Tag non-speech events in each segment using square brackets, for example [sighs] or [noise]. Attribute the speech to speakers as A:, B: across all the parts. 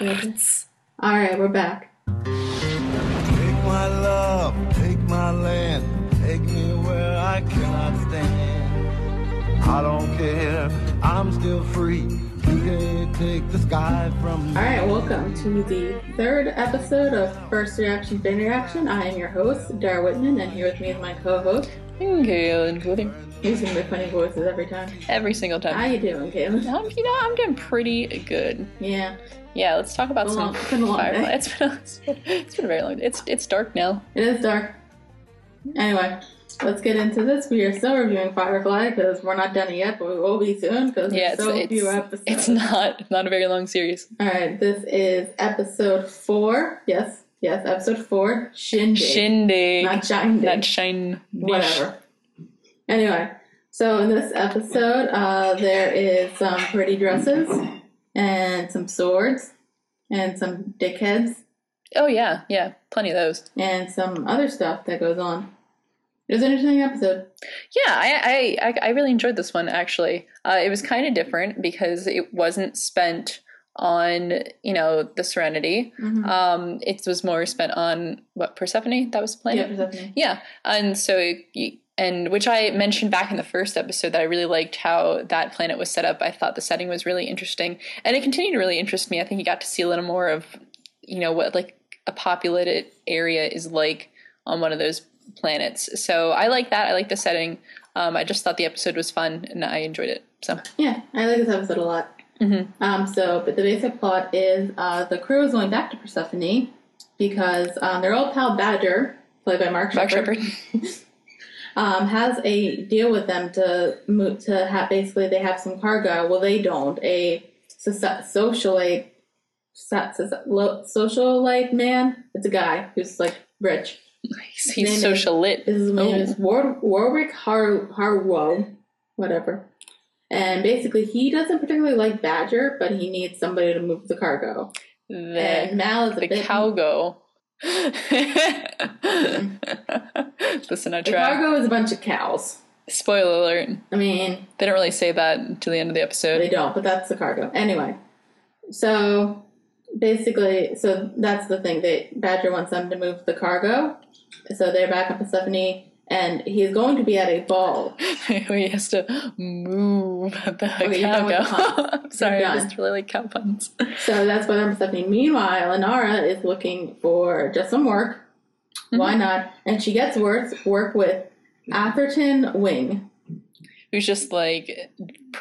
A: All right, we're back.
B: Take my love, take my land, take me where I cannot stand. I don't care, I'm still free. You can't take the sky from
A: All
B: me.
A: right, welcome to the third episode of First Reaction, Bin Reaction. I am your host, Dara Whitman, and here with me is my co-host,
C: Kaylin, Gooding.
A: using the funny voices every time.
C: Every single
A: How
C: time.
A: you doing, Caitlin?
C: Um, you know, I'm doing pretty good.
A: Yeah,
C: Yeah, let's talk about
A: Been a
C: some
A: long- it's been a long
C: Firefly.
A: day.
C: It's been, a, it's been a very long day. It's, it's dark now.
A: it is dark. Anyway, let's get into this. We are still reviewing Firefly because we're not done yet, but we will be soon because
C: Yeah,
A: there's so
C: it's, it's,
A: few episodes.
C: it's not not a very long series.
A: All right, this is episode four. Yes, yes, episode four. Shindig,
C: Shindig.
A: not Shindig.
C: Not shine.
A: whatever. Anyway, so in this episode, uh, there is some pretty dresses and some swords and some dickheads
C: Oh, yeah, yeah. Plenty of those.
A: and some other stuff that goes on. It was an interesting episode.
C: Yeah, I I, I, I really enjoyed this one actually. Uh, it was kind of different because it wasn't spent on you know the Serenity.
A: Uh, Mm-hmm.
C: Um, it was more spent on what Persephone that was the
A: Yeah,
C: planet.
A: Persephone.
C: Yeah, and so it, you- and which I mentioned back in the first episode that I really liked how that planet was set up. I thought the setting was really interesting, and it continued to really interest me. I think you got to see a little more of you know what like a populated area is like on one of those planets. So I like that. I like the setting. Um, I just thought the episode was fun and I enjoyed it. So
A: Yeah, I like this episode a lot.
C: Mhm.
A: Um, so, but the basic plot is uh, the crew is going back to Persephone because um, their old pal Badger, played by Mark
C: Mark
A: Shepard,
C: Shepard.
A: um, has a deal with them to move to have basically they have some cargo. Well, they don't. A soci- socialite, so- so- lo- socialite man. It's a guy who's like rich.
C: [laughs] He's,
A: Name
C: he's
A: is-
C: social lit.
A: His name
C: Oh.
A: is War- Warwick Har- Harwell, whatever. And basically, he doesn't particularly like Badger, but he needs somebody to move the cargo.
C: The,
A: And Mal is a
C: the
A: bit
C: cowgo. [laughs] Listen, I
A: The
C: try.
A: cargo is a bunch of cows.
C: Spoiler alert.
A: I mean,
C: They don't really say that until the end of the
A: They
C: episode.
A: don't, but that's the cargo. Anyway, so basically, so that's the thing. That Badger wants them to move the cargo, so they're back at Persephone, and he's going to be at a ball.
C: [laughs] he has to move the
A: Okay, you're done with the
C: cowgo.
A: puns.
C: [laughs] I'm sorry,
A: You're
C: I
A: done.
C: just really like cow puns.
A: So that's what they're at Persephone. Meanwhile, Inara is looking for just some work. [laughs] Why
C: Mm-hmm.
A: not? And she gets work work with Atherton Wing.
C: [laughs] Who's just like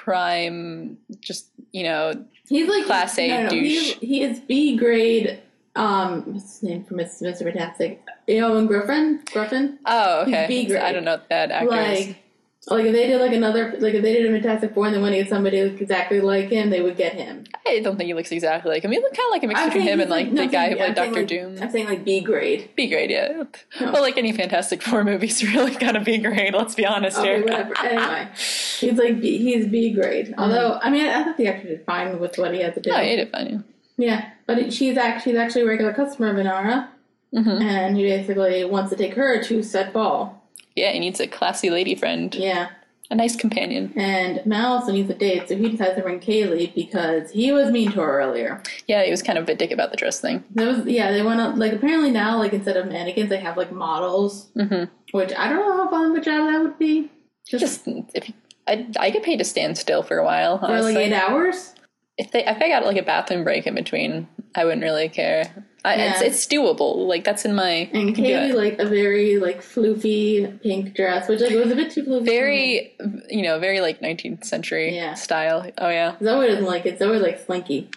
C: prime, just you know,
A: He's like
C: Class A douche.
A: He, he is B grade. Um, what's his name from Mr. Mr. Fantastic? Eowyn Griffin. Griffin.
C: Oh,
A: He's
C: okay.
A: B
C: So I
A: grade.
C: don't know what that actor is.
A: like like if they did like another like if they did a Fantastic Four and they wanted to get somebody who looked exactly like him, they would get him.
C: I don't think he looks exactly like him. He looked kind of like a mix between
A: saying
C: him
A: he's
C: and like
A: no,
C: the
A: I'm
C: guy
A: saying-
C: who played
A: I'm saying,
C: Doctor
A: like-
C: Doom.
A: I'm saying like B grade.
C: B grade, yeah.
A: [laughs] No.
C: Well, like any Fantastic Four [laughs] movies, really kind of B grade. Let's be honest
A: Okay,
C: here.
A: Oh, whatever. anyway, he's like B, he's B
C: [laughs]
A: grade. Although I mean I thought the actor did fine with what he had to do.
C: Mm-hmm. No, I ate it fine.
A: Yeah, but it, she's actually she's actually a regular customer of Inara,
C: yeah. Mhm.
A: and he basically wants to take her to set ball.
C: Yeah, he needs a classy lady friend,
A: Yeah,
C: a nice companion.
A: and Mal also needs a date, so he decides to bring Kaylee because he was mean to her earlier.
C: Yeah, he was kind of a dick about the dress thing.
A: That was yeah. They went up like apparently now like instead of mannequins they have like models,
C: hmm
A: which I don't know how fun of a job that would be.
C: Just if I, I could pay to stand still for a while.
A: for
C: Honestly,
A: like eight hours.
C: if they if I got like a bathroom break in between, I wouldn't really care. I, it's,
A: Yeah.
C: it's doable. Like that's in my I
A: And
C: can do it.
A: Kaylee like a very like floofy pink dress, which like was a bit too floofy. for me.
C: very you know very like 19th century
A: Yeah.
C: style oh yeah
A: Zoe doesn't like it. Zoe likes slinky.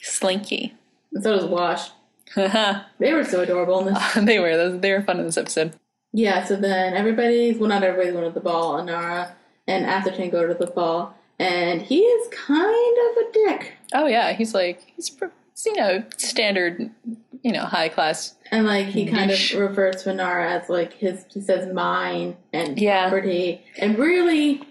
C: slinky [laughs]
A: And so does Wash.
C: they
A: They were so adorable in this.
C: were those they were fun in this episode
A: Yeah. So then everybody's well, not everybody's going to the ball. Anara and Atherton go to the ball, and he is kind of a dick.
C: oh yeah he's like he's pr- you know standard you know high class
A: And like he kind of
C: Niche.
A: refers to Inara as like his he says mine and
C: Yeah.
A: property. And really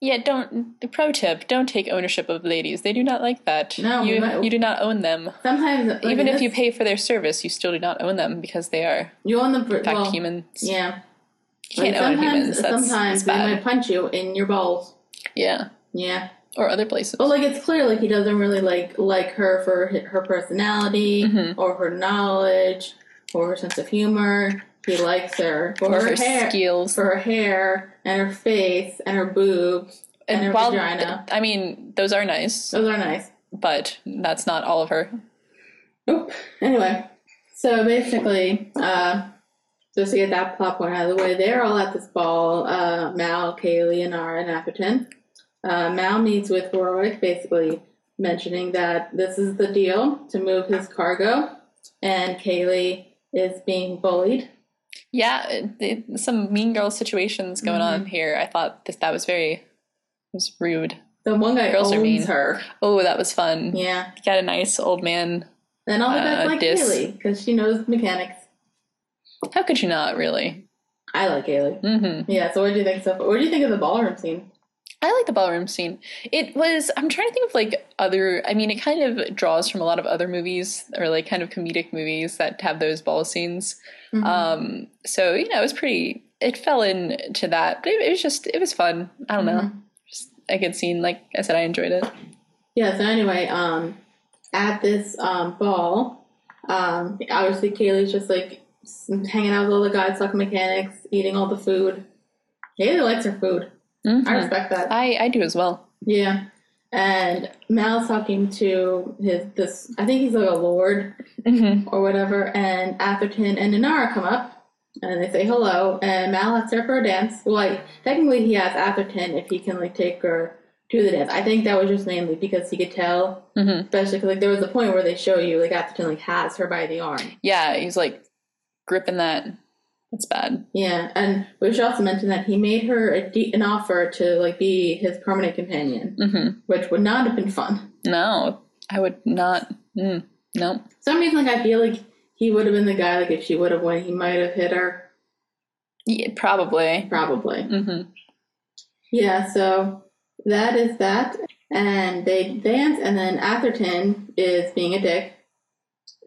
C: yeah don't the pro tip don't take ownership of ladies they do not like that
A: No, we
C: you,
A: might-
C: you do not own them
A: sometimes like,
C: even
A: in
C: if you
A: this-
C: pay for their service you still do not own them because they are
A: you own the
C: in fact
A: well,
C: humans
A: Yeah.
C: can't own
A: sometimes,
C: humans. That's,
A: sometimes
C: that's
A: they might
C: bad.
A: punch you in your balls.
C: Yeah,
A: Yeah,
C: or other places.
A: but like it's clear like he doesn't really like like her for hi- her personality or her knowledge or her sense of humor. He likes her for
C: or
A: her,
C: her
A: hair,
C: skills.
A: for her hair and her face and her boobs and, her
C: while
A: vagina.
C: I mean, those are nice,
A: Those are nice.
C: but that's not all of her.
A: Nope. Anyway, so basically, uh, just to get that plot point out of the way, they're all at this ball. Uh, Mal, Kaylee, and Ara and Atherton. Uh, Mal meets with Warwick, basically mentioning that this is the deal to move his cargo, and Kaylee is being bullied.
C: Yeah, it, it- some mean girl situations going
A: Mm-hmm.
C: on here. I thought that that was very it was rude.
A: The one guy
C: Girls are mean.
A: owns her.
C: Oh, that was fun.
A: Yeah.
C: Got a nice old man.
A: And all the guys
C: Uh,
A: like
C: dis.
A: Kaylee because she knows mechanics.
C: How could you not really?
A: I like Kaylee.
C: hmm
A: Yeah. So what do you think? So what do you think of the ballroom scene?
C: I like the ballroom scene. It was. I'm trying to think of like other. I mean, it kind of draws from a lot of other movies or like kind of comedic movies that have those ball scenes.
A: Mhm.
C: Um, so you know, it was pretty. It fell into that, but it, it was just. It was fun. I don't know. Just a good scene. Like I said, I enjoyed it.
A: Yeah, so anyway, um, at this um, ball, um, obviously Kaylee's just like s- hanging out with all the guys, talking mechanics, eating all the food. Kaylee likes her food.
C: Mhm.
A: I respect that.
C: I I do as well.
A: Yeah. And Mal's talking to his this I think he's like a lord
C: Mhm.
A: or whatever, and Atherton and Inara come up and they say hello and Mal asks her for a dance. Well like technically he asks Atherton if he can like take her to the dance. I think that was just mainly because he could tell
C: Mhm.
A: especially because like there was a point where they show you like Atherton like has her by the arm.
C: Yeah, he's like gripping that. That's bad.
A: Yeah, and we should also mention that he made her a de- an offer to like be his permanent companion,
C: hmm
A: which would not have been fun.
C: No, I would not. Mm, no.
A: For some reason, like I feel like he would have been the guy like if she would have won, he might have hit her
C: Yeah, probably.
A: probably.
C: hmm
A: Yeah, so that is that, and they dance, and then Atherton is being a dick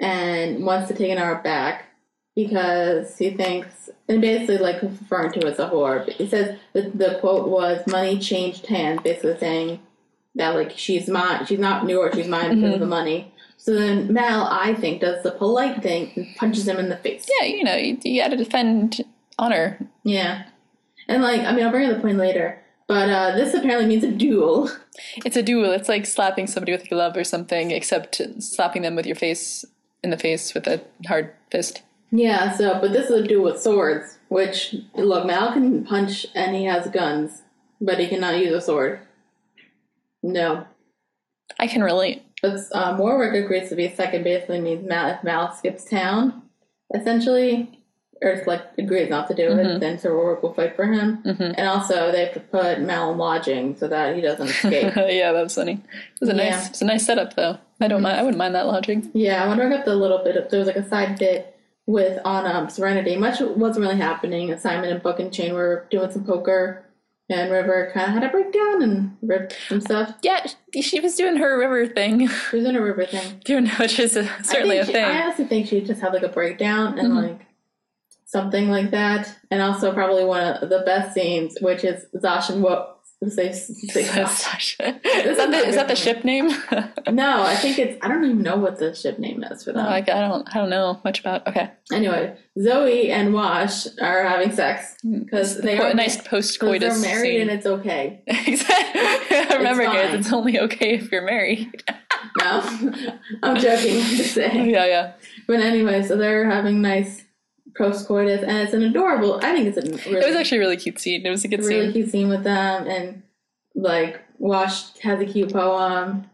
A: and wants to take an hour back because he thinks, and basically like referring to as a whore. But He says the, the quote was "money changed hands," basically saying that like she's mine, she's not new or she's mine because of the money. So then Mal, I think, does the polite thing and punches him in the face.
C: Yeah, you know, you, you got to defend honor.
A: Yeah, and like I mean, I'll bring up the point later. But uh, this apparently means a duel. [laughs]
C: It's a duel. It's like slapping somebody with a glove or something, except slapping them with your face in the face with a hard fist.
A: Yeah, so, but this is a duel with swords, which, look, Mal can punch and he has guns, but he cannot use a sword. No.
C: I can relate.
A: But um, Warwick agrees to be second, basically means Mal, if Mal skips town, essentially, or it's like agrees not to do it, then Sir Warwick will fight for him. And also, they have to put Mal in lodging so that he doesn't escape.
C: [laughs] yeah, that was funny. It was a
A: Yeah.
C: nice. It's a nice setup, though. I don't mind. I wouldn't mind that logic.
A: Yeah, I want to bring up the little bit of there was like a side bit with on um, Serenity. Much wasn't really happening. Simon and Book and Chain were doing some poker, and River kind of had a breakdown and ripped some stuff.
C: Yeah, she- she was doing her river thing, [laughs]
A: She was in a River thing.
C: doing which is a, certainly
A: I
C: a
A: think she-
C: thing. [laughs] Mm-hmm.
A: I honestly think she just had like a breakdown and like something like that, and also probably one of the best scenes, which is Zash and what. Say, say Zash.
C: Sasha.
A: This
C: Is
A: is
C: that
A: not
C: the, is that the
A: good for me.
C: ship name? [laughs]
A: No, I think it's. I don't even know what the ship name is for them.
C: like Oh, I don't I don't know much about. Okay,
A: anyway, Zoe and Wash are having sex because they
C: Po-
A: are
C: Hmm. nice post coitus.
A: Because they're married and it's okay.
C: [laughs] Exactly. Remember, guys,
A: fine.
C: it's only okay if
A: [laughs]
C: you're married.
A: No, I'm joking. I'm just
C: [laughs]
A: saying.
C: yeah, yeah.
A: But anyway, so they're having nice post coitus, and it's an adorable. I think it's a really,
C: It was actually a really cute scene. It was a good
A: really
C: scene.
A: cute scene with them, and like Wash has a cute poem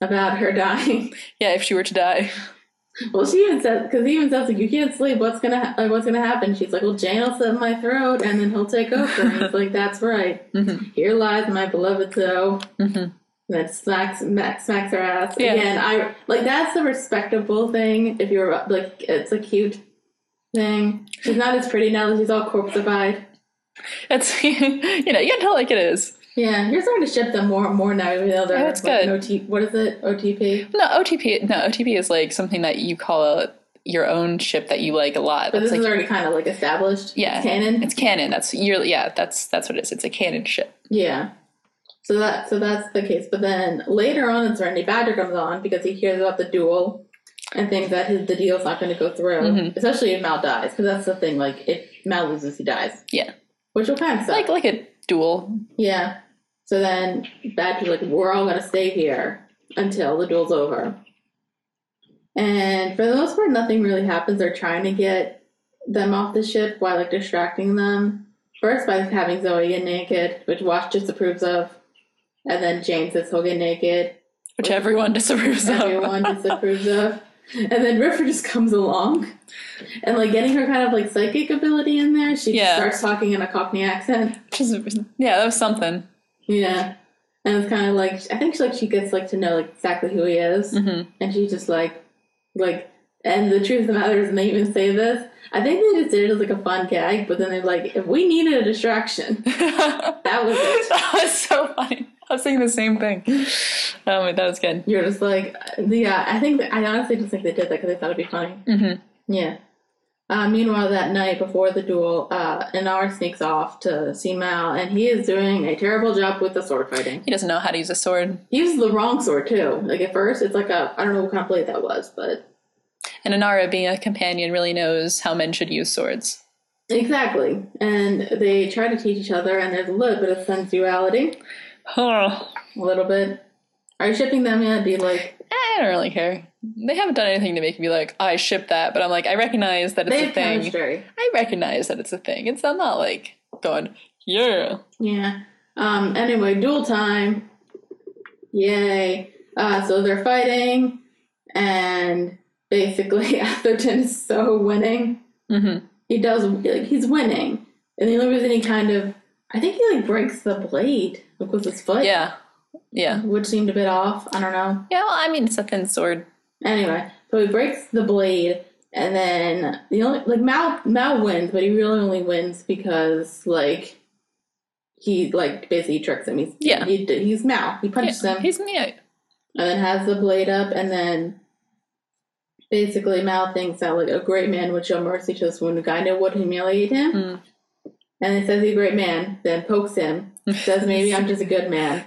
A: about her [laughs] dying.
C: Yeah, if she were to die. [laughs]
A: well, she even says because he even says like you can't sleep. What's gonna ha- like what's gonna happen? She's like, well, Jane will slit my throat, and then he'll take over. and he's like, [laughs] that's right.
C: Mm-hmm.
A: Here lies my beloved Zoe.
C: Mhm.
A: And then smacks smack, smacks her ass
C: Yeah.
A: again. I like that's the respectable thing. If you're like, it's a cute thing. She's not as pretty now that she's all corpseified.
C: That's [laughs] you know you can tell like it is.
A: Yeah, you're starting to ship them more and more now, even though they're
C: Oh, that's
A: like,
C: good.
A: an OT, what is it? OTP.
C: No OTP. No OTP is like something that you call a your own ship that you like a lot.
A: But
C: That's
A: this
C: like
A: is already kind of like established.
C: yeah,
A: It's canon.
C: It's canon. That's yearly. Yeah, that's that's what it is. It's a canon ship.
A: Yeah. So that so that's the case. But then later on, it's Randy Badger comes on because he hears about the duel and thinks that his, the deal's not going to go through,
C: Mhm.
A: especially if Mal dies. Because that's the thing. Like if Mal loses, he dies.
C: Yeah.
A: Which will kind of suck.
C: Like like a duel.
A: yeah. So then Badger's like, "We're all going to stay here until the duel's over." And for the most part, nothing really happens. They're trying to get them off the ship while like distracting them. First by having Zoe get naked, which Wash disapproves of, and then James says he'll get naked.
C: Which everyone [laughs] disapproves of.
A: Everyone
C: [laughs]
A: disapproves of. And then River just comes along. And like getting her kind of like psychic ability in there, she
C: Yeah.
A: starts talking in a Cockney accent.
C: Which is, yeah, that was something.
A: Yeah. And it's kind of like I think she, like she gets like to know like exactly who he is,
C: hmm [laughs]
A: and she just like like. And the truth of the matter is, and they even say this. I think they just did it as like a fun gag, but then they're like, if we needed a distraction, [laughs] that was it. [laughs]
C: that was so funny. I was thinking the same thing. Oh, that was good.
A: You're just like, yeah. I think I honestly just think they did that because they thought it'd be funny.
C: Mhm.
A: Yeah. Uh, meanwhile, that night before the duel, uh, Anar sneaks off to see Mal, and he is doing a terrible job with the sword fighting.
C: He doesn't know how to use a sword.
A: He uses the wrong sword too. Like at first, it's like a I don't know what kind of blade that was, but
C: And Anara, being a companion, really knows how men should use swords. [sighs]
A: exactly. And they try to teach each other, and there's a little bit of sensuality,
C: Oh,
A: a little bit. Are you shipping them yet? Be like
C: I don't really care. They haven't done anything to make me like I ship that, but I'm like I recognize that it's
A: they
C: a
A: have
C: thing.
A: chemistry.
C: I recognize that it's a thing. It's I'm not like going yeah.
A: Yeah. Um. Anyway, duel time. Yay. Uh. So they're fighting, and basically [laughs] Atherton is so winning.
C: Mm-hmm.
A: He does like he's winning, and the only reason he kind of I think he like breaks the blade like with his foot.
C: Yeah, yeah,
A: which seemed a bit off. I don't know.
C: yeah. Well, I mean, it's a thin sword.
A: Anyway, so he breaks the blade, and then the only like Mal Mal wins, but he really only wins because like he like basically tricks him. He's
C: Yeah.
A: he, he's Mal. He punches
C: Yeah,
A: him,
C: he's yeah.
A: and then has the blade up, and then basically Mal thinks that like a great man would show mercy to this wounded guy, and it would humiliate him.
C: Mm.
A: And it says he's a great man, then pokes him.
C: [laughs]
A: Says maybe I'm just a good man.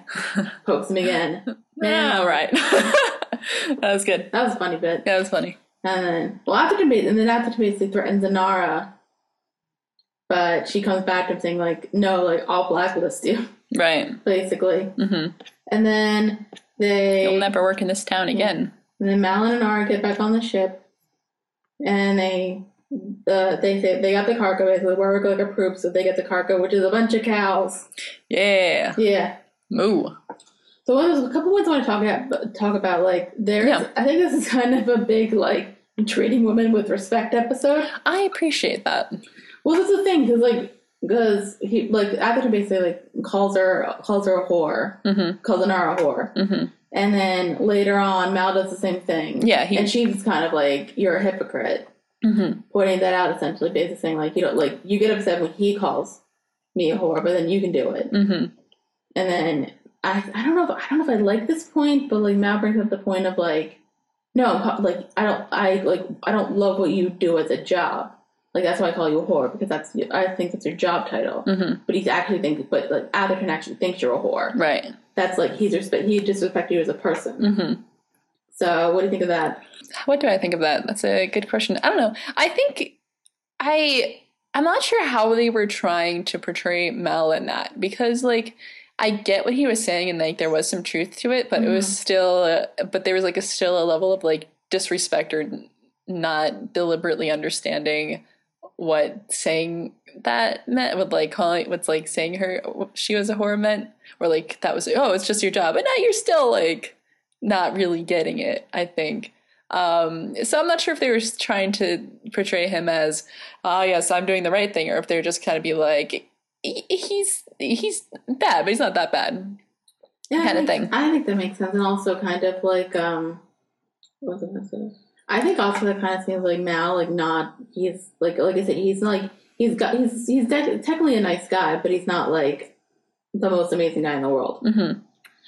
A: Pokes him again.
C: Yeah, right. [laughs] that was good.
A: That was a funny bit.
C: That was funny.
A: And then, Uh, well, after debate, and then after basically threatens Anara, but she comes back to him saying like, "No, like I'll blacklist you," [laughs]
C: Right.
A: basically.
C: hmm
A: And then they,
C: You'll never work in this town again.
A: and then Mal and Anara get back on the ship, and they, uh, they say they got the cargo. Basically, Warwick like approved, so they get the cargo, which is a bunch of cows.
C: Yeah.
A: Yeah.
C: Moo.
A: So what is, a couple ones I want to talk about. Talk about like there's.
C: Yeah.
A: I think this is kind of a big like treating women with respect episode.
C: I appreciate that.
A: Well, that's the thing, because like, because he like Atherton basically like calls her calls her a whore,
C: Mm-hmm.
A: calls Anara a whore,
C: Mm-hmm.
A: and then later on Mal does the same thing.
C: Yeah, he-
A: and she's kind of like you're a hypocrite,
C: Mm-hmm.
A: pointing that out essentially, basically saying like you don't like you get upset when he calls me a whore, but then you can do it,
C: Mm-hmm.
A: and then I I don't know if I don't know if I like this point, but like Mal brings up the point of like. No, like I don't, I like I don't love what you do as a job. Like that's why I call you a whore because that's I think that's your job title
C: Mm-hmm.
A: but he's actually think, but like Atherton actually thinks you're a whore.
C: Right.
A: That's like he's respect, he disrespected you as a person.
C: Mm-hmm.
A: So what do you think of that?
C: what do I think of that? That's a good question. I don't know. I think I I'm not sure how they were trying to portray Mel in that because like I get what he was saying and like there was some truth to it, but it was still uh, but there was like a still a level of like disrespect or n- not deliberately understanding what saying that meant with like calling what's like saying her she was a whore meant or like that was oh it's just your job but now you're still like not really getting it i think um so i'm not sure if they were s- trying to portray him as ah yes i'm doing the right thing or if they're just kind of be like "He- he's he's bad but he's not that bad
A: Yeah, I
C: Kinda
A: think-
C: thing.
A: I think that makes sense, and also kind of like um, what was I gonna say? I think also that kind of seems like Mal, like not he's like like I said, he's not like he's got he's he's de- technically a nice guy, but he's not like the most amazing guy in the world.
C: mm-hmm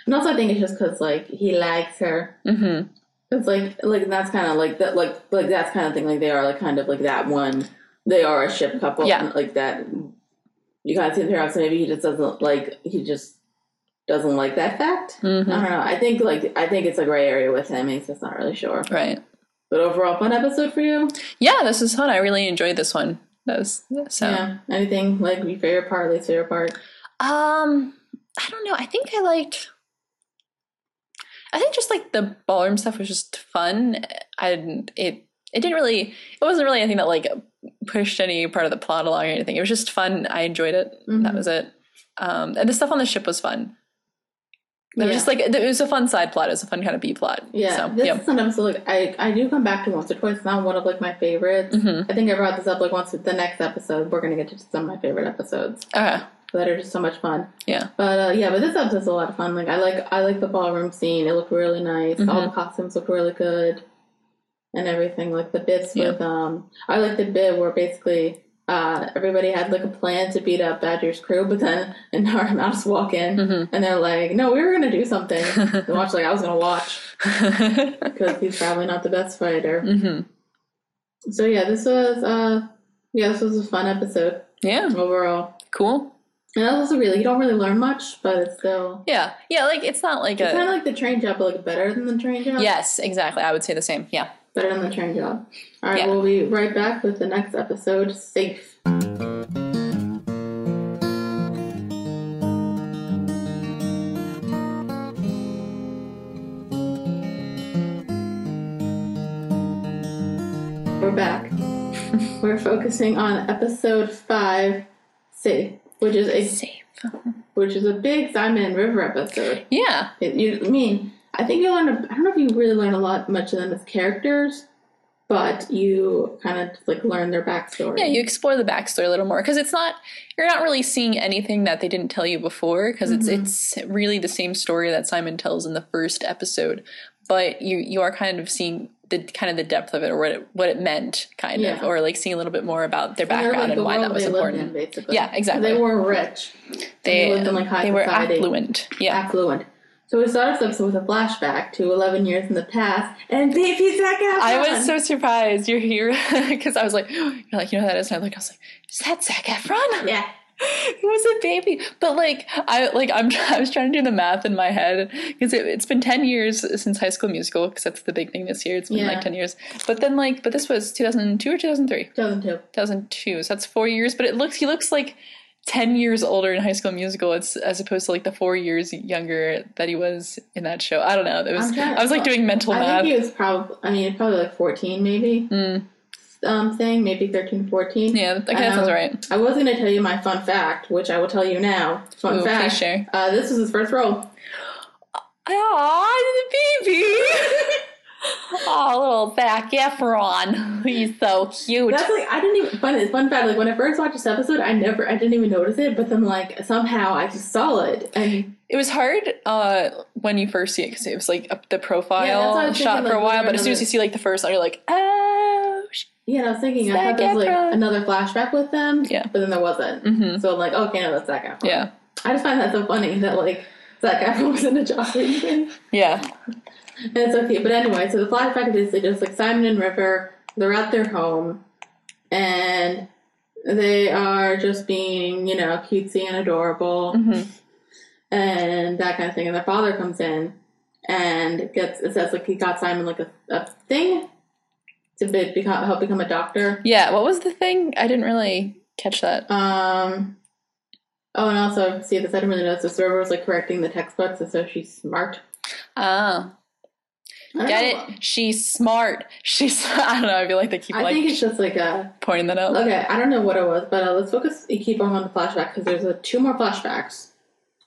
A: And also, I think it's just because like he likes her,
C: mm-hmm
A: It's like like that's kind of like that like like that's kind of thing. Like they are like kind of like that one. They are a ship couple.
C: Yeah.
A: and, like that. You kind of see the paradox. Maybe he just doesn't like. He just doesn't like that fact.
C: hmm
A: I don't know. I think like I think it's a gray area with him. He's just not really sure.
C: Right.
A: But overall, fun episode for you.
C: Yeah, this is fun. I really enjoyed this one. That was so.
A: Yeah. Anything like your favorite part, least favorite part?
C: Um, I don't know. I think I liked. I think just like the ballroom stuff was just fun. I didn't- it it didn't really it wasn't really anything that like pushed any part of the plot along or anything. It was just fun. I enjoyed it. That
A: Mhm.
C: was it. Um, and the stuff on the ship was fun. It
A: Yeah.
C: was just like it was a fun side plot. It was a fun kind of B plot.
A: Yeah,
C: So
A: this
C: yeah.
A: is an episode like, I I do come back to once or twice. It's not one of like my favorites.
C: Mhm.
A: I think I brought this up like once with the next episode. We're gonna get to some of my favorite episodes
C: Okay.
A: that are just so much fun.
C: Yeah.
A: But uh, yeah, but this episode's a lot of fun. Like I like I like the ballroom scene. It looked really nice.
C: Mm-hmm.
A: All the costumes look really good, and everything. Like the bits
C: Yeah.
A: with um, I like the bit where basically. Uh, everybody had like a plan to beat up Badger's crew, but then [laughs] and Naruto just walk in,
C: Mm-hmm. [laughs]
A: and they're like, "No, we were gonna do something." and watch like I was gonna watch, because he's probably not the best fighter.
C: hmm Mm-hmm.
A: So yeah, this was uh yeah, this was a fun episode
C: Yeah.
A: overall.
C: Cool.
A: And that was also really you don't really learn much, but it's still
C: Yeah. Yeah. Like it's not like
A: it's
C: a.
A: kind of like the train job, but like better than the train job.
C: yes. Exactly. I would say the same. Yeah.
A: better than the train job. All right,
C: Yeah.
A: we'll be right back with the next episode. Safe. We're
C: [laughs]
A: back. We're focusing on episode five, safe, which is a
C: Safe.
A: which is a big Simon River episode.
C: Yeah.
A: It, you, I mean, I think you learn. A, I don't know if you really learn a lot much of them as characters, but you kind of like learn their backstory.
C: Yeah, you explore the backstory a little more because it's not you're not really seeing anything that they didn't tell you before because
A: Mm-hmm.
C: it's it's really the same story that Simon tells in the first episode, but you you are kind of seeing the kind of the depth of it or what it, what it meant kind of
A: Yeah.
C: or like seeing a little bit more about their
A: And they're,
C: background
A: like,
C: and
A: the
C: why
A: world
C: that was
A: they lived in,
C: important.
A: basically.
C: Yeah, exactly.
A: They were rich,
C: They
A: lived in, like, high
C: they were
A: society.
C: affluent. Yeah.
A: affluent. So we start this episode with a flashback to 11 years in the past, and baby Zac Efron.
C: I
A: [laughs]
C: was so surprised you're here [laughs] because I was like, [gasps] you're like, you know who that is? And I look, I was like, is that Zac Efron?
A: yeah.
C: He was a baby, but like I like I'm [laughs] I was trying to do the math in my head because it, it's been ten years since High School Musical because that's the big thing this year. It's been
A: Yeah.
C: like ten years, but then like but this was 2002 or 2003,
A: 2002.
C: 2002. So that's four years. But it looks he looks like ten years older in High School Musical. It's as opposed to like the four years younger that he was in that show. I don't know. It was
A: I'm trying-
C: I was like doing mental
A: I
C: math.
A: think he was probably, I mean, probably like 14 maybe,
C: Mm.
A: um, thing, maybe 13, 14.
C: yeah, okay, that sounds
A: Um,
C: right.
A: I was going to tell you my fun fact, which I will tell you now. Fun
C: Ooh, please
A: fact.
C: share.
A: Uh, this was his first role.
C: Aw, the baby. [laughs] Aw, little Zac Efron. [laughs] He's so cute.
A: That's like I didn't even fun. It's fun fact. Like when I first watched this episode, I never, I didn't even notice it. But then like somehow I just saw it, and
C: It was hard uh, when you first see it because it was like up the profile
A: Yeah, that's what I was
C: shot
A: thinking,
C: for a
A: like,
C: while,
A: whether
C: but
A: or
C: as soon as
A: not
C: you see like the first one, you're like, oh, sh-
A: yeah, and I was thinking I
C: Zac
A: thought there was
C: Efron.
A: like another flashback with them.
C: Yeah.
A: but then there wasn't.
C: Mhm.
A: So I'm like, okay, no, that's Zac Efron.
C: yeah,
A: I just find that so funny that like Zac Efron [laughs] was in a Joss Whedon thing,
C: yeah,
A: and it's so cute. But anyway, so the flashback is basically just like Simon and River. They're at their home, and they are just being you know cutesy and adorable.
C: hmm
A: and that kind of thing. And their father comes in and gets it says like he got Simon like a, a thing to be, become, help become a doctor.
C: yeah. What was the thing? I didn't really catch that.
A: Um. Oh, and also see this. I didn't really notice this. River was like correcting the textbooks, and so she's smart.
C: Oh,
A: I don't
C: get
A: know.
C: it? She's smart. [laughs] She's. I don't know. I feel like they keep Oh.
A: I
C: like
A: think it's just like a
C: pointing that out.
A: okay. I don't know what it was, but uh, let's focus. Keep on the flashback because there's uh, two more flashbacks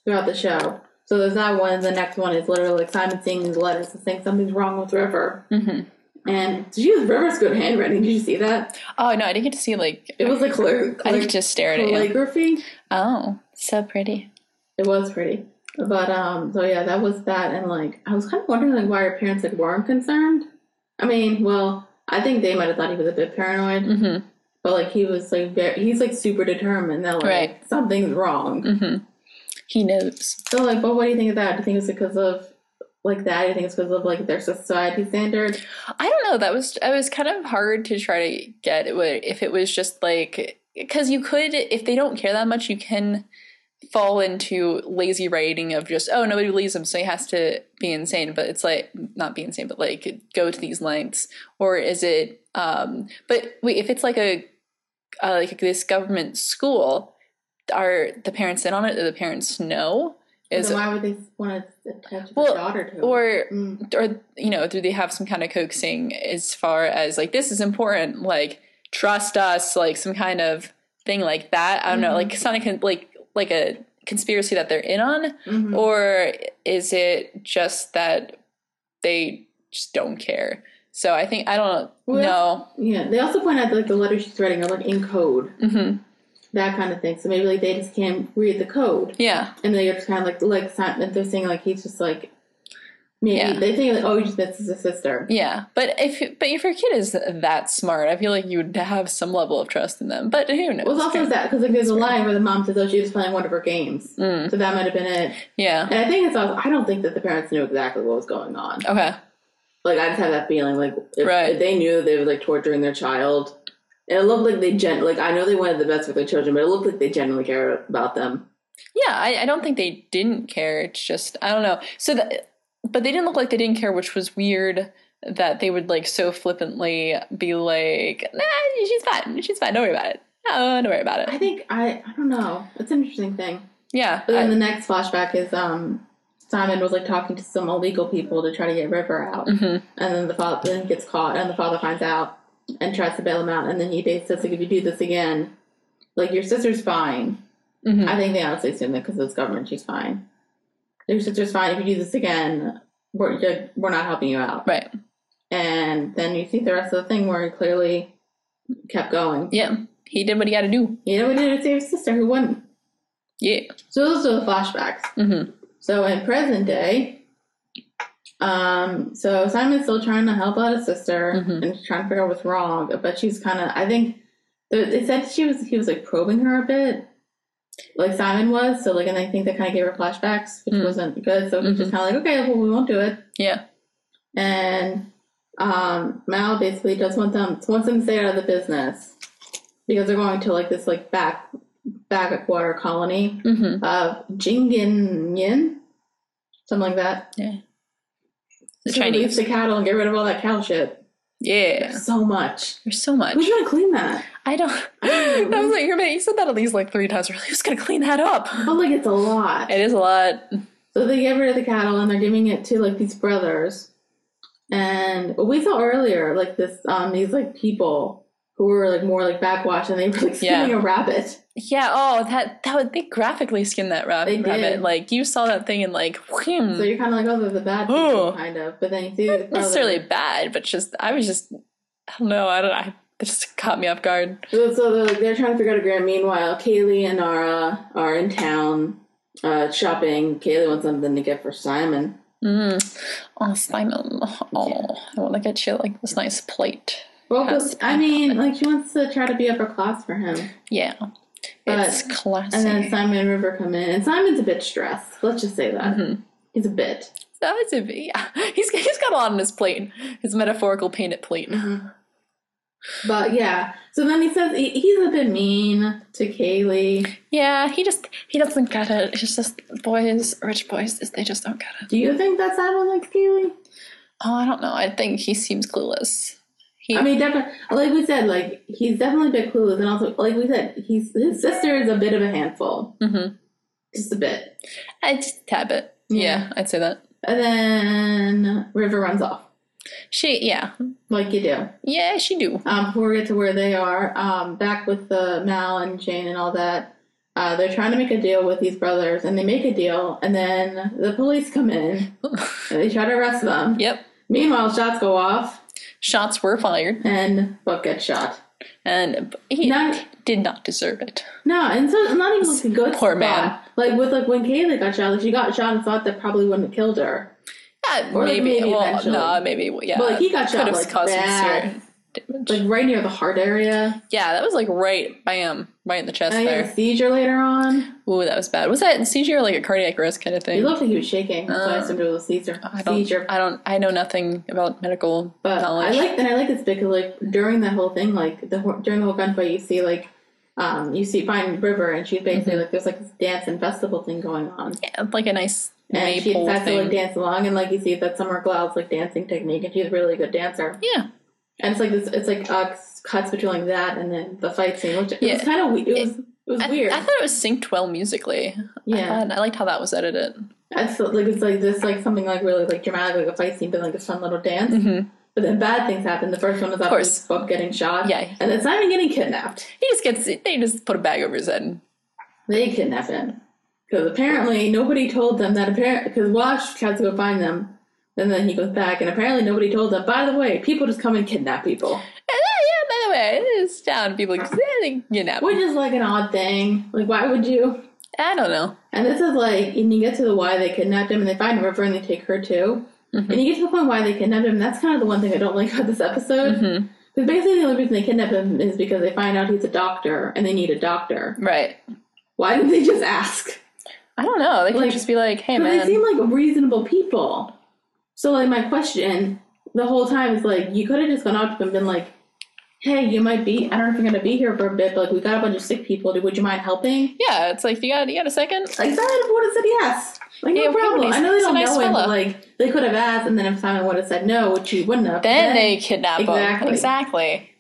A: throughout the show. So there's that one. The next one is literally like Simon seeing these letters and saying something's wrong with River.
C: hmm
A: And did you use River's good handwriting? Did you see that?
C: Oh no, I didn't get to see like.
A: It was like calli-
C: I
A: calli-
C: didn't just stare at it. yeah.
A: calligraphy.
C: Oh, so pretty.
A: It was pretty. But um so yeah, that was that and like I was kinda wondering like why her parents like weren't concerned. I mean, well, I think they might have thought he was a bit paranoid.
C: hmm
A: But like he was like very he's like super determined that like
C: Right.
A: something's wrong.
C: hmm He knows.
A: So like but what do you think of that? Do you think it's because of like that. I think it's because of like their society standard.
C: I don't know. That was it was kind of hard to try to get it wa- if it was just like because you could if they don't care that much you can fall into lazy writing of just oh nobody believes him so he has to be insane but it's like not be insane but like go to these lengths or is it um but wait if it's like a uh, like this government school are the parents in on it do the parents know is
A: so why would they want to attach their
C: Well,
A: daughter to? it?
C: or
A: Mm.
C: or you know do they have some kind of coaxing as far as like this is important like trust us like some kind of thing like that i don't know
A: Mhm.
C: like sonic like like a conspiracy that they're in on
A: Mhm.
C: or is it just that they just don't care so i think i don't know
A: Well, yeah, they also point out that, like the letters she's writing are like in code,
C: hmm
A: that kind of thing. So maybe like they just can't read the code,
C: yeah
A: and they're just kind of like like Simon, they're saying like he's just like maybe
C: Yeah.
A: they think like oh he just misses his sister.
C: yeah but if but if your kid is that smart i feel like you would have some level of trust in them but who knows
A: Well, it's also that because like there's a line where the mom says oh she was playing one of her games,
C: Mm,
A: so that might have been it.
C: yeah
A: And I think it's also I don't think that the parents knew exactly what was going on.
C: okay
A: Like I just have that feeling like if,
C: Right.
A: if they knew they were like torturing their child. And it looked like they gen like I know they wanted the best for their children, but it looked like they genuinely cared about them.
C: Yeah, I, I don't think they didn't care. It's just I don't know. So, that, but they didn't look like they didn't care, which was weird. That they would like so flippantly be like, "Nah, she's fine. She's fine. Don't worry about it. No, don't worry about
A: I
C: it."
A: think I I don't know. It's an interesting thing.
C: Yeah,
A: But then
C: I-
A: the next flashback is um Simon was like talking to some illegal people to try to get River out,
C: Mhm.
A: and then the father then he gets caught, and the father finds out and tries to bail him out, and then he basically says like if you do this again, like your sister's fine.
C: Mhm.
A: I think they honestly assume that because it's government, she's fine. Your sister's fine. If you do this again, we're you're- we're not helping you out.
C: right.
A: And then you see the rest of the thing where he clearly kept going.
C: Yeah, he did what he had to do.
A: You know, we did it to save his sister who wouldn't.
C: Yeah.
A: So those are the flashbacks.
C: hmm
A: So in present day, um, so Simon's still trying to help out his sister
C: Mhm.
A: and trying to figure out what's wrong, but she's kind of. I think they they said she was he was like probing her a bit, like Simon was. So like, and I think that kind of gave her flashbacks, which
C: Mm.
A: wasn't good. So he's just kind of like, okay, well, we won't do it.
C: Yeah.
A: And um, Mal basically does want them wants them to stay out of the business because they're going to like this like back backwater colony
C: hmm
A: of Jingin Yin, Uh, something like that.
C: Yeah. The
A: to release
C: Chinese.
A: the cattle and get rid of all that cow shit.
C: Yeah.
A: So much.
C: There's so much.
A: Who's gonna clean that?
C: [laughs] I don't.
A: I don't know.
C: [laughs] That was like your man. You said that at least like three times. [laughs] Really, who's gonna clean that up?
A: But like it's a lot.
C: It is a lot.
A: So they get rid of the cattle and they're giving it to like these brothers. And we saw earlier like this um these like people who were like more like backwash and they were like
C: Yeah.
A: stealing a rabbit.
C: Yeah. Oh, that that would they graphically skin that rab-
A: They
C: rabbit.
A: did.
C: Like you saw that thing and like, whew,
A: So you're kinda like, oh they're the bad people
C: Oh.
A: kind of. But then you see the
C: Hmm. not necessarily
A: brother.
C: bad, but just I was just I don't know. I don't. I, it just caught me off guard.
A: So, so they're, like, they're trying to figure out a grant. Meanwhile, Kaylee and Ara are in town uh, shopping. Kaylee wants something to get for Simon.
C: Mm. Oh, Simon. Oh, I want to get you like this nice plate.
A: Well,
C: Yes.
A: but- I mean, like she wants to try to be upper class for him.
C: Yeah,
A: But-
C: it's classic.
A: And then Simon and River come in, and Simon's a bit stressed. Let's just say that
C: Mhm.
A: he's a bit.
C: That was a yeah. [laughs] He's he's got a lot on his plate. His metaphorical painted plate.
A: Mm-hmm. But yeah, so then he says he, he's a bit mean to Kaylee.
C: Yeah, he just he doesn't get it. It's just boys, rich boys, they just don't get it.
A: Do you think that Simon likes Kaylee?
C: Oh, I don't know. I think he seems clueless. He,
A: I mean, definitely. Like we said, like he's definitely a bit clueless, and also, like we said, he's his sister is a bit of a handful,
C: Mhm.
A: just a bit.
C: I'd just tab it.
A: Yeah.
C: Yeah. I'd say that.
A: And then River runs off,
C: She, yeah,
A: like you do.
C: yeah, she do. [laughs]
A: Um, before we get to where they are, um, back with the Mal and Jane and all that, uh, they're trying to make a deal with these brothers, and they make a deal, and then the police come in, and they try to arrest them.
C: yep,
A: Meanwhile, shots go off,
C: shots were fired,
A: and Buck gets shot.
C: and he
A: Not-
C: did not deserve it.
A: No, and so it's not even like a good
C: Poor
A: spot.
C: man.
A: Like with like when Kayla got shot, like she got shot and thought that probably wouldn't have killed her,
C: Yeah,
A: Or
C: Uh, maybe.
A: maybe
C: well,
A: eventually.
C: nah, maybe. well, Yeah,
A: but like he got
C: could
A: shot
C: have
A: like
C: caused some
A: bad,
C: serious damage.
A: like right near the heart area.
C: yeah, that was like right, bam. right in the chest
A: I had a
C: there.
A: seizure later on.
C: Ooh, that was bad. Was that seizure or like a cardiac arrest kind of
A: It
C: thing?
A: looked like he was shaking. That's why I
C: Uh,
A: assumed it was a seizure.
C: I don't.
A: Seizure.
C: I don't. I know nothing about medical
A: But
C: knowledge.
A: I like and I like this because like during that whole thing, like the whor- during the whole gunfight, you see like um you see Fine River and she's basically like there's like this dance and festival thing going on.
C: Mm-hmm. Yeah, like a nice
A: And she
C: maypole
A: decides to
C: thing.
A: like dance along and like you see that Summer Glouds like dancing technique and she's a really good dancer.
C: yeah,
A: And it's like this it's like uh, cuts between like that and then the fight scene, which it was
C: Yeah.
A: kinda we- it was it was
C: I,
A: weird.
C: I thought it was synced well musically. I,
A: yeah.
C: thought- I liked how that was edited.
A: I felt like it's like this like something like really like dramatic, like a fight scene, but like a fun little dance.
C: hmm
A: But then bad things happen. The first one is
C: course.
A: obviously Bob getting shot.
C: Yeah.
A: And then Simon getting kidnapped.
C: He just gets. They just put a bag over his head.
A: They kidnap him. Because apparently nobody told them that apparently, because Wash had to go find them. And then he goes back, and apparently nobody told them, by the way, people just come and kidnap people.
C: And, uh, yeah, by the way, it's down. People just, eh, they kidnap.
A: Which is like an odd thing. Like, why would you?
C: I don't know.
A: And this is like, and you get to the why they kidnapped him, and they find River and they take her too.
C: Mm-hmm.
A: And you get to the point why they kidnapped him. That's kind of the one thing I don't like about this
C: Mm-hmm.
A: episode. Because basically the only reason they kidnap him is because they find out he's a doctor and they need a doctor.
C: Right.
A: Why didn't they just ask?
C: I don't know. They could
A: Like,
C: just be like, "Hey,
A: But
C: man."
A: they seem like reasonable people. So like my question the whole time is like you could have just gone up to them and been like, Hey, you might be I don't know if you're gonna be here for a bit, but like we got a bunch of sick people. Would you mind helping?
C: yeah, it's like you got you got a second.
A: Like Simon would have said yes. Like no
C: Yeah,
A: problem.
C: he's-
A: I know they
C: he's a
A: don't
C: nice
A: know him, but
C: fella.
A: like they could have asked and then if Simon would have said no, which he wouldn't have
C: Then they kidnap
A: Exactly.
C: him. Exactly.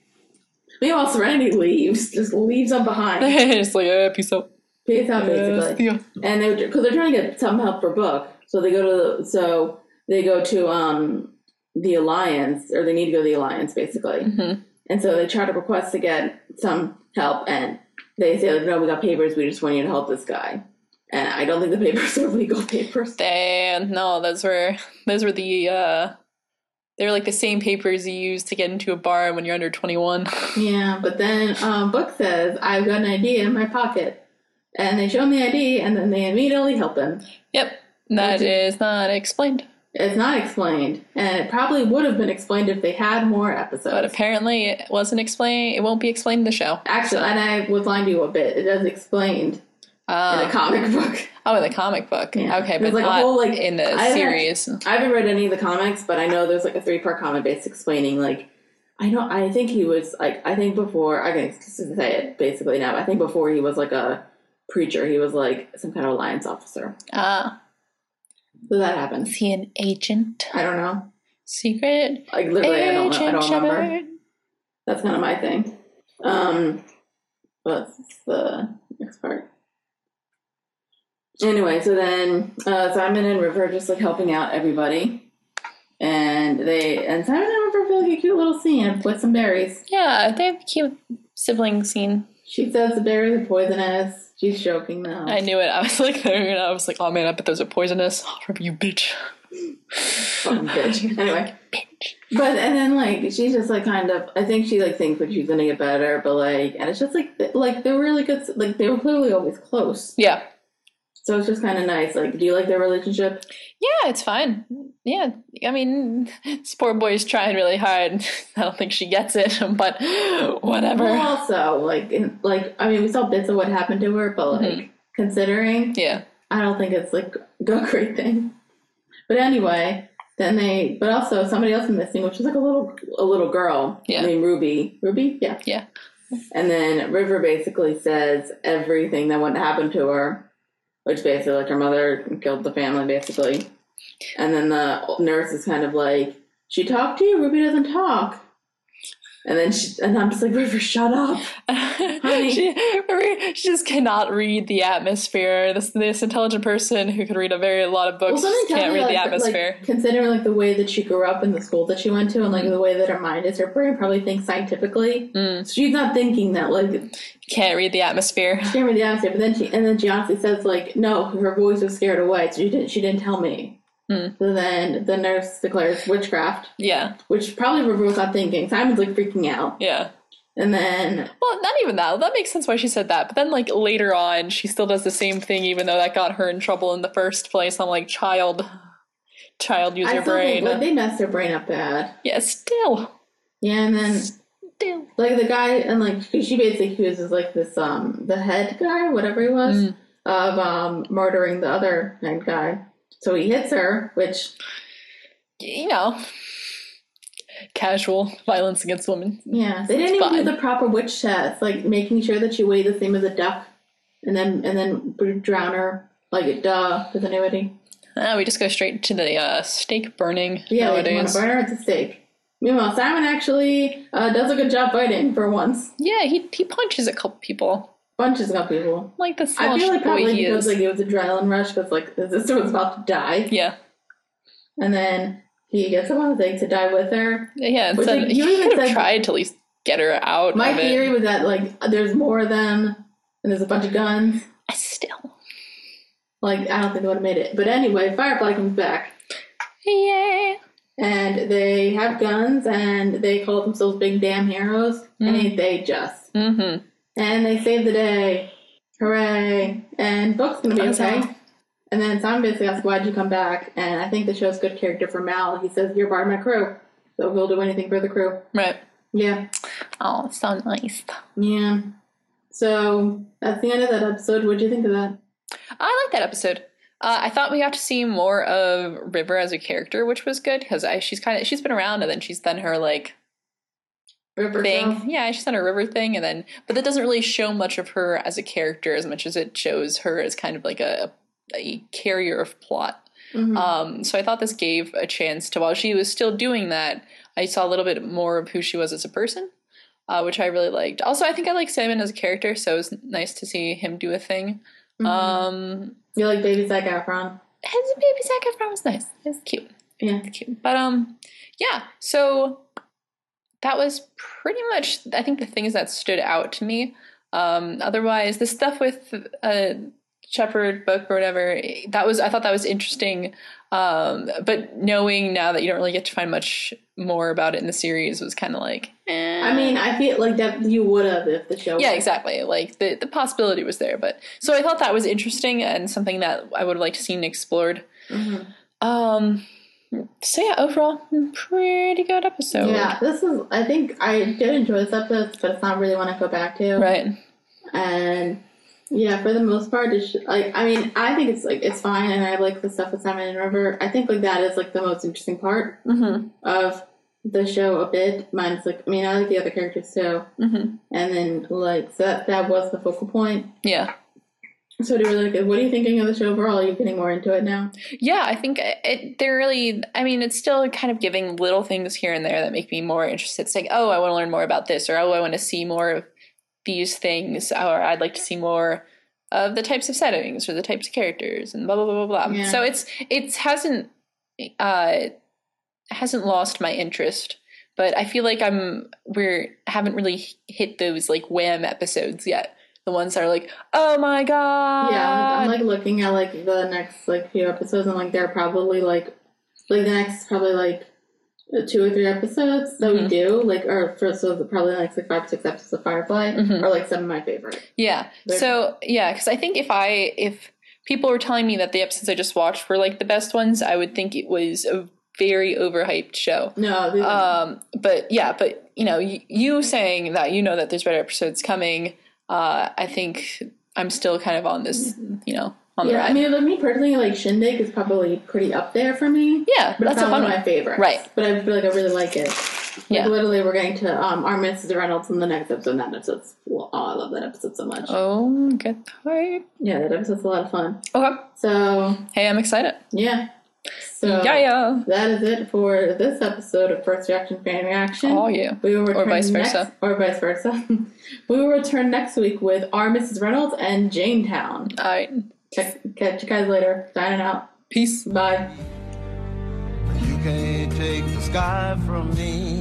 A: meanwhile Serenity leaves, just leaves them
C: [laughs]
A: behind.
C: it's like, eh, peace out.
A: Peace out basically.
C: Yeah.
A: and they because they're trying to get some help for book so they go to so they go to um the alliance or they need to go to the alliance basically
C: Mm-hmm.
A: and so they try to request to get some help and they say like, no we got papers we just want you to help this guy and i don't think the [laughs] papers are legal papers
C: Damn, no, those were those were the uh they were like the same papers you use to get into a bar when you're under [laughs] 21.
A: yeah but then um book says i've got an id in my pocket and they show him the id and then they immediately help him
C: yep, that
A: Okay.
C: is not explained.
A: it's not explained and it probably would have been explained if they had more episodes
C: But apparently, it wasn't explained. It won't be explained in the show.
A: Actually, and I was lying to you a bit. It does explained in
C: Uh,
A: a comic [laughs] book.
C: oh, in the comic book.
A: Yeah.
C: Okay,
A: There's
C: but
A: like a
C: not
A: whole, like-
C: in
A: I
C: the
A: haven't-
C: series.
A: I haven't read any of the comics, but I know there's like a three part comic base explaining like I know I think he was like I think before I can say it basically now. I think before he was like a preacher, he was like some kind of alliance officer.
C: Ah,
A: So that happens.
C: is he an agent?
A: I don't know.
C: Secret
A: Like literally, I don't know. I
C: agent
A: don't remember.
C: Shepard?
A: That's kind of my thing. Um, what's the next part? Anyway, so then uh, Simon and River are just like helping out everybody, and they and Simon and River feel like a cute little scene with some berries.
C: Yeah, they have a cute sibling scene.
A: She says the berries are poisonous. She's joking now.
C: I knew it. I was like [laughs] there, and I was like, "Oh man, I bet those are poisonous." [laughs] Oh, River, you bitch.
A: Fucking
C: [laughs]
A: bitch. Anyway,
C: Bitch.
A: but and then like she's just like kind of. I think she like thinks like she's gonna get better, but like and it's just like th- like they're really good. Like they were clearly always close.
C: Yeah.
A: So it's just kind of nice. Like, do you like their relationship?
C: Yeah, it's fine. Yeah, I mean, [laughs] this poor boy's trying really hard. [laughs] I don't think she gets it, [laughs] but whatever.
A: Well, also, like, in, like I mean, we saw bits of what happened to her, but like, considering,
C: Yeah.
A: I don't think it's like [laughs] a great thing. But anyway, then they. But also, somebody else is missing, which is like a little a little girl
C: Yeah.
A: named Ruby. Ruby, yeah.
C: Yeah.
A: And then River basically says everything that went happened to her, which basically like her mother killed the family basically. And then the nurse is kind of like, "She talked to you. Ruby doesn't talk." And then she, and I'm just like, River, shut up.
C: [laughs] she, she just cannot read the atmosphere. This this intelligent person who could read a very lot of books just
A: tells
C: can't
A: me,
C: read the
A: like,
C: atmosphere.
A: Like, considering like the way that she grew up and the school that she went to, and like the way that her mind is, her brain probably thinks scientifically.
C: Mm.
A: So she's not thinking that like
C: can't read the atmosphere. [laughs]
A: can't read the atmosphere. But then she and then she honestly says like, no, her voice was scared away. So she didn't. She didn't tell me.
C: Mm.
A: So then the nurse declares witchcraft,
C: Yeah.
A: which probably River was not thinking. Simon's like freaking out,
C: Yeah.
A: and then
C: Well, not even that. That makes sense why she said that. But then, like, later on, she still does the same thing, even though that got her in trouble in the first place. I'm like, child. Child, use
A: I
C: your
A: still
C: brain.
A: think like they messed her brain up bad.
C: yeah, still.
A: Yeah, and then
C: still.
A: like the guy and like [laughs] she basically accuses like this um the head guy whatever he was
C: Mm.
A: of um murdering the other head guy so he hits her which
C: You know, casual violence against women.
A: yeah they didn't
C: It's
A: even
C: fine.
A: do the proper witch test like making sure that she weighed the same as a duck and then and then drown her like duh with annuity
C: Ah, we just go straight to the uh, stake burning
A: yeah like, you want
C: nowadays.
A: to burn her at the stake meanwhile simon actually uh, does a good job fighting for once
C: yeah, he he punches a couple people.
A: bunches of people
C: Like the
A: I
C: slash
A: feel like
C: boy
A: probably
C: he
A: because
C: is.
A: like it was adrenaline rush because like his sister [laughs] was about to die.
C: yeah,
A: And then he gets up on the thing to die with her.
C: yeah.
A: Which,
C: Instead,
A: like,
C: he
A: you even
C: could have
A: said-
C: tried to at least get her out.
A: My
C: of it.
A: theory was that like there's more of them and there's a bunch of guns.
C: I still.
A: Like I don't think they would have made it. But anyway, Firefly comes back
C: Yeah.
A: and they have guns and they call themselves big damn heroes and
C: Mm.
A: ain't they just.
C: Mm-hmm.
A: And they save the day. Hooray. And Book's gonna be
C: Awesome.
A: okay. And then Simon basically asks, Why'd you come back? And I think the show's good character for Mal. He says, You're part of my crew. So we'll do anything for the crew.
C: Right.
A: Yeah.
C: Oh, so nice.
A: Yeah. So that's the end of that episode. What do you think of that?
C: I like that episode. Uh, I thought we got to see more of River as a character, which was good because she's kind of she's been around and then she's done her like
A: River
C: thing.
A: Girls?
C: Yeah, she's done her River thing, and then but that doesn't really show much of her as a character as much as it shows her as kind of like a a carrier of plot.
A: Mhm.
C: Um, so I thought this gave a chance to while she was still doing that, I saw a little bit more of who she was as a person, uh, which I really liked. Also, I think I like Simon as a character, so it was nice to see him do a thing.
A: Mhm.
C: Um,
A: you like Baby Zac Efron?
C: his baby Zac Efron was nice. It was cute.
A: Yeah.
C: Cute. But um, yeah. So that was pretty much I think the things that stood out to me. Um, otherwise, the stuff with uh, Shepherd book or whatever that was I thought that was interesting. Um, but knowing now that you don't really get to find much more about it in the series was kind of like. eh.
A: I mean, I feel like that you would have if the show.
C: Yeah, exactly. Like the, the possibility was there, but so I thought that was interesting and something that I would have liked to seen explored.
A: Mhm.
C: Um. So yeah, overall, pretty good episode.
A: Yeah, this is. I think I did enjoy this episode, but it's not really one I go back to.
C: Right.
A: And yeah, for the most part, it's like I mean, I think it's like it's fine, and I like the stuff with Simon and River. I think like that is like the most interesting part
C: Mm-hmm.
A: of the show a bit. Mine's like I mean, I like the other characters too.
C: Mm-hmm.
A: And then like so that that was the focal point.
C: Yeah.
A: So do you really good. What are you thinking of the show overall? Are you getting more into it now?
C: Yeah. I think it. They're really. I mean, it's still kind of giving little things here and there that make me more interested. It's like, oh, I want to learn more about this, or oh, I want to see more of these things, or I'd like to see more of the types of settings or the types of characters, and blah blah blah blah blah.
A: Yeah.
C: So it's it's hasn't uh hasn't lost my interest. But I feel like I'm we're haven't really hit those like wham episodes yet. The ones that are like, oh my god,
A: yeah, I'm, I'm
C: Uh,
A: like looking at like the next like few episodes, and like they're probably like like the next probably like two or three episodes that
C: Mhm.
A: we do like or for so the- probably the next like five or six episodes of Firefly
C: Mhm.
A: are like some of my favorite.
C: Yeah.
A: They're-
C: So yeah, because I think if I if people were telling me that the episodes I just watched were like the best ones, I would think it was a very overhyped show.
A: No, these are-
C: Um, but yeah, but you know, y- you saying that you know that there's better episodes coming. Uh, I think I'm still kind of on this, you know, on the
A: yeah,
C: ride.
A: I mean, like me personally, like Shindig is probably pretty up there for me.
C: yeah,
A: But
C: that's
A: it's
C: a
A: not
C: fun
A: one of
C: one.
A: my favorites.
C: Right.
A: But I feel like I really like it. Like,
C: Yeah.
A: Literally, we're getting to um, our Mrs. Reynolds in the next episode. And that episode's, oh, I love that episode so much.
C: Oh, get the hype.
A: Yeah, that episode's a lot of fun.
C: Okay.
A: So,
C: Hey, I'm excited.
A: yeah. So,
C: yeah, yeah.
A: that is it for this episode of First Reaction Fan Reaction.
C: Oh, yeah.
A: We will return
C: vice
A: next-
C: versa.
A: or vice versa. [laughs] we will return next week with our Mrs. Reynolds and Janetown.
C: All right.
A: Check, catch you guys later. Signing out.
C: Peace.
A: Bye.
B: You can't take the sky from me.